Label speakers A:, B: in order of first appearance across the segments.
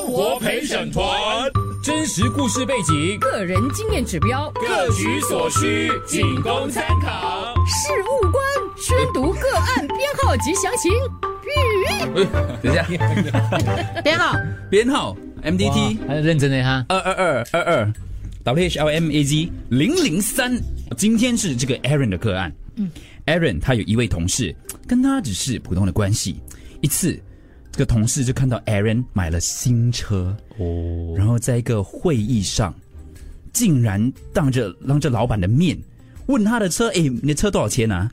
A: 活陪审团，
B: 真实故事背景，
C: 个人经验指标，
A: 各取所需，仅供参考。
C: 事务官宣读个案编号及详情。
D: 等一下，
C: 编号
D: 编号 MDT
B: 哇还认真的哈。
D: 二二二二二 WHLMAZ 零零三。今天是这个 Aaron 的个案。嗯，Aaron 他有一位同事，跟他只是普通的关系。一次，这个同事就看到 Aaron 买了新车，
B: 哦，
D: 然后在一个会议上，竟然当着当着老板的面问他的车，哎，你的车多少钱啊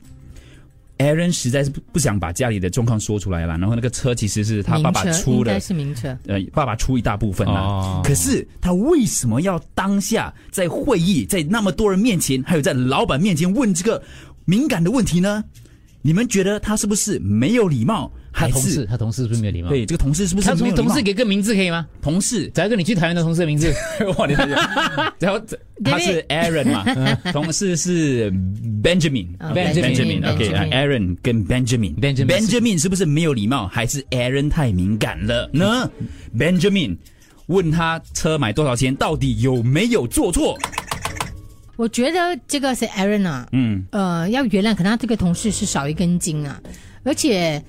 D: ？Aaron 实在是不不想把家里的状况说出来了，然后那个车其实是他爸爸
C: 名车
D: 出
C: 应
D: 的
C: 该，是名车。
D: 呃，爸爸出一大部分啦、啊
B: 哦
D: 可是他为什么要当下在会议，在那么多人面前，还有在老板面前问这个敏感的问题呢？你们觉得他是不是没有礼貌，
B: 他
D: 还
B: 同事，
D: 是
B: 他同事是不是没有礼貌？
D: 对，这个同事是不是
B: 他
D: 没
B: 从
D: 有礼
B: 同
D: 貌？
B: 事给个名字可以吗？
D: 同事，
B: 找一个你去台湾的同事的名字。
D: 哇，你这个然后这他是 Aaron 嘛，同事是 Benjamin。
C: 啊
B: Benjamin，
D: OK，啊 Aaron 跟 Benjamin。
B: Benjamin 是
D: Benjamin 是不是没有礼貌，还是 Aaron 太敏感了呢？Benjamin 问他车买多少钱，到底有没有做错？
C: 我觉得这个是 Aaron 啊，
D: 嗯，
C: 呃，要原谅，可能他这个同事是少一根筋啊，而且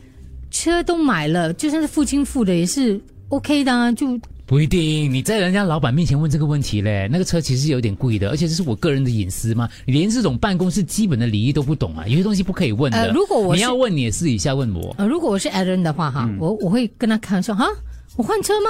C: 车都买了，就算是父亲付的也是 OK 的啊，就
B: 不一定，你在人家老板面前问这个问题嘞，那个车其实有点贵的，而且这是我个人的隐私嘛，你连这种办公室基本的礼仪都不懂啊，有些东西不可以问的。
C: 呃如果我是
B: 你要问，你也私底下问我。
C: 呃，如果我是 Aaron 的话哈，
D: 嗯
C: 我我会跟他看说哈，我换车吗？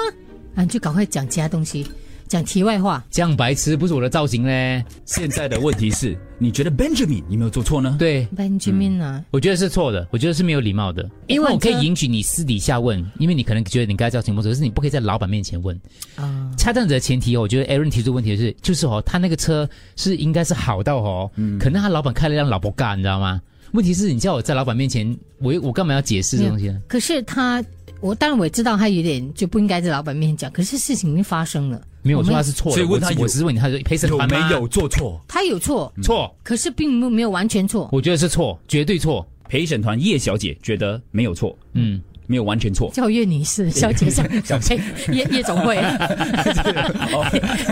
C: 啊，就赶快讲其他东西，讲题外话。
B: 这样白痴不是我的造型嘞，
D: 现在的问题是，你觉得 Benjamin 有没有做错呢？
B: 对
C: Benjamin 啊，
B: 我觉得是错的，我觉得是没有礼貌的，因为我可以允许你私底下问，因为你可能觉得你该造型不错，可是你不可以在老板面前问。
C: 啊、
B: 恰当的前提哦，我觉得 Aaron 提出问题的是，就是哦，他那个车是应该是好到哦，
D: 嗯
B: 可能他老板开了一辆老婆干，你知道吗？问题是你叫我在老板面前，我又我干嘛要解释这东西呢？
C: 可是他，我当然我也知道他有点就不应该在老板面前讲，可是事情已经发生了，
B: 没有，我说
C: 我
B: 他
C: 们
B: 是错的，
D: 所以问他
B: 我只
D: 有
B: 我只是问你，他说陪审
D: 有
B: 团
D: 没
B: 吗
D: 有嗯做错？
C: 他有错，
B: 错？
C: 可是并没没有完全错。
B: 我觉得是错，绝对错。
D: 陪审团叶小姐觉得没有错，
B: 嗯，
D: 没有完全错。
C: 叫岳女士、小姐上，哎，夜夜总会，啊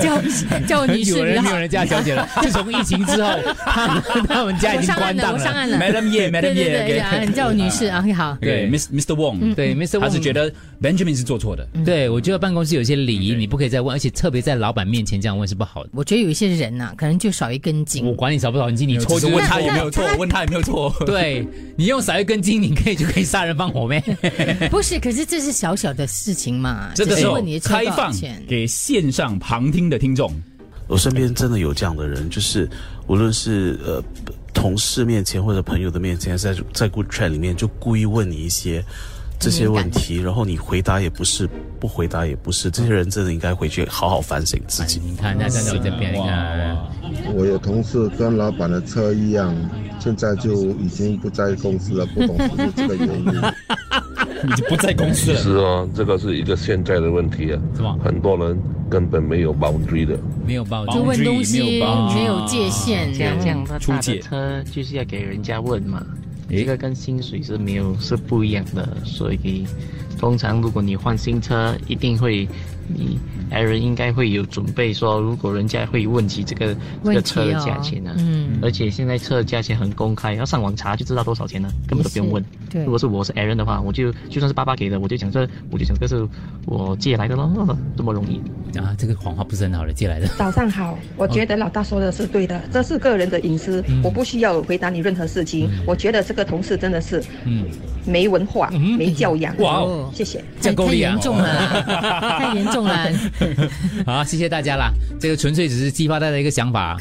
C: 叫叫我女士
B: 有
C: 比较
B: 人没
C: 好
B: 有。人叫小姐 了，自从疫情之后，他们他们家已
C: 我
B: 经
C: 上岸
B: 关
C: 了，
B: 档
C: 我上岸了。
D: Madam 叶
C: 对
D: ，Madam
C: 对
D: 叶
C: 对，啊
D: ，OK，
C: 你叫我女士啊，OK，好。
D: 对
B: 对
D: ，Miss Mr. Wong，
B: 对，Mr.
D: 他是
B: Wong
D: 觉得嗯 Benjamin 是做错的。
B: 对，我觉得办公室有些礼仪你不可以再问，而且特别在老板面前这样问是不好的。
C: 我觉得有一些人呐，可能就少一根筋
B: 我。管你少不少，你你
D: 我
B: 错
D: 只
B: 就是是
D: 问他有没有
C: 那
D: 错，
C: 那
D: 问他有没有错。
B: 对你用少一根筋，你可以就可以杀人放火 咩？
C: 不是，可是这是小小的事情嘛。
D: 这个
C: 只
D: 时
C: 是
D: 候
C: 问你的车多
D: 开
C: 少
D: 放
C: 钱
D: 给线上旁听的听众。
E: 我身边真的有这样的人，就是无论是呃同事面前或者朋友的面前，在在 Good Chat 里面就故意问你一些这些问题，然后你回答也不是，不回答也不是，这些人真的应该回去好好反省自己。
B: 你看，那站在我这边，你看，
F: 我有同事跟老板的车一样，现在就已经不在公司了，不懂是不是这个原因。
D: 已经不在公司
G: 其。实啊，这个是一个现在的问题啊，
B: 什么
G: 很多人根本没有保追的。
B: 没有报
C: 就
B: 警。
C: 问东
D: Boundary，没
C: 西
D: 有包
C: 没有界限，
H: 这样这样他打
D: 出借
H: 的车就是要给人家问嘛，
D: 诶
H: 这个跟薪水是没有是不一样的，所以通常如果你换新车，一定会你爱人应该会有准备说，如果人家会问起这个这
C: 问
H: 个
C: 题
H: 车的
C: 哦
H: 价钱呢、啊
C: 嗯，
H: 而且现在车的价钱很公开，要上网查就知道多少钱了，根本都不用问
C: 也是对。
H: 如果是我是 Aaron 的话，我就就算是爸爸给的，我就讲这，我就讲这个是我借来的咯，这么容易。
B: 啊，这个谎话不是很好的，借 来的。
I: 早上好，我觉得老大说的是对的，这是个人的隐私，
B: 嗯
I: 我不需要回答你任何事情。我觉得这个同事真的是
B: 嗯，
I: 没文化、没教养。
B: 哇
C: 哦
I: 谢谢。
C: 太
B: 这样够
C: 太
B: 力啊
C: 严重了 啦，太严重了。
B: 好，谢谢大家啦。这个纯粹只是激发大家一个想法。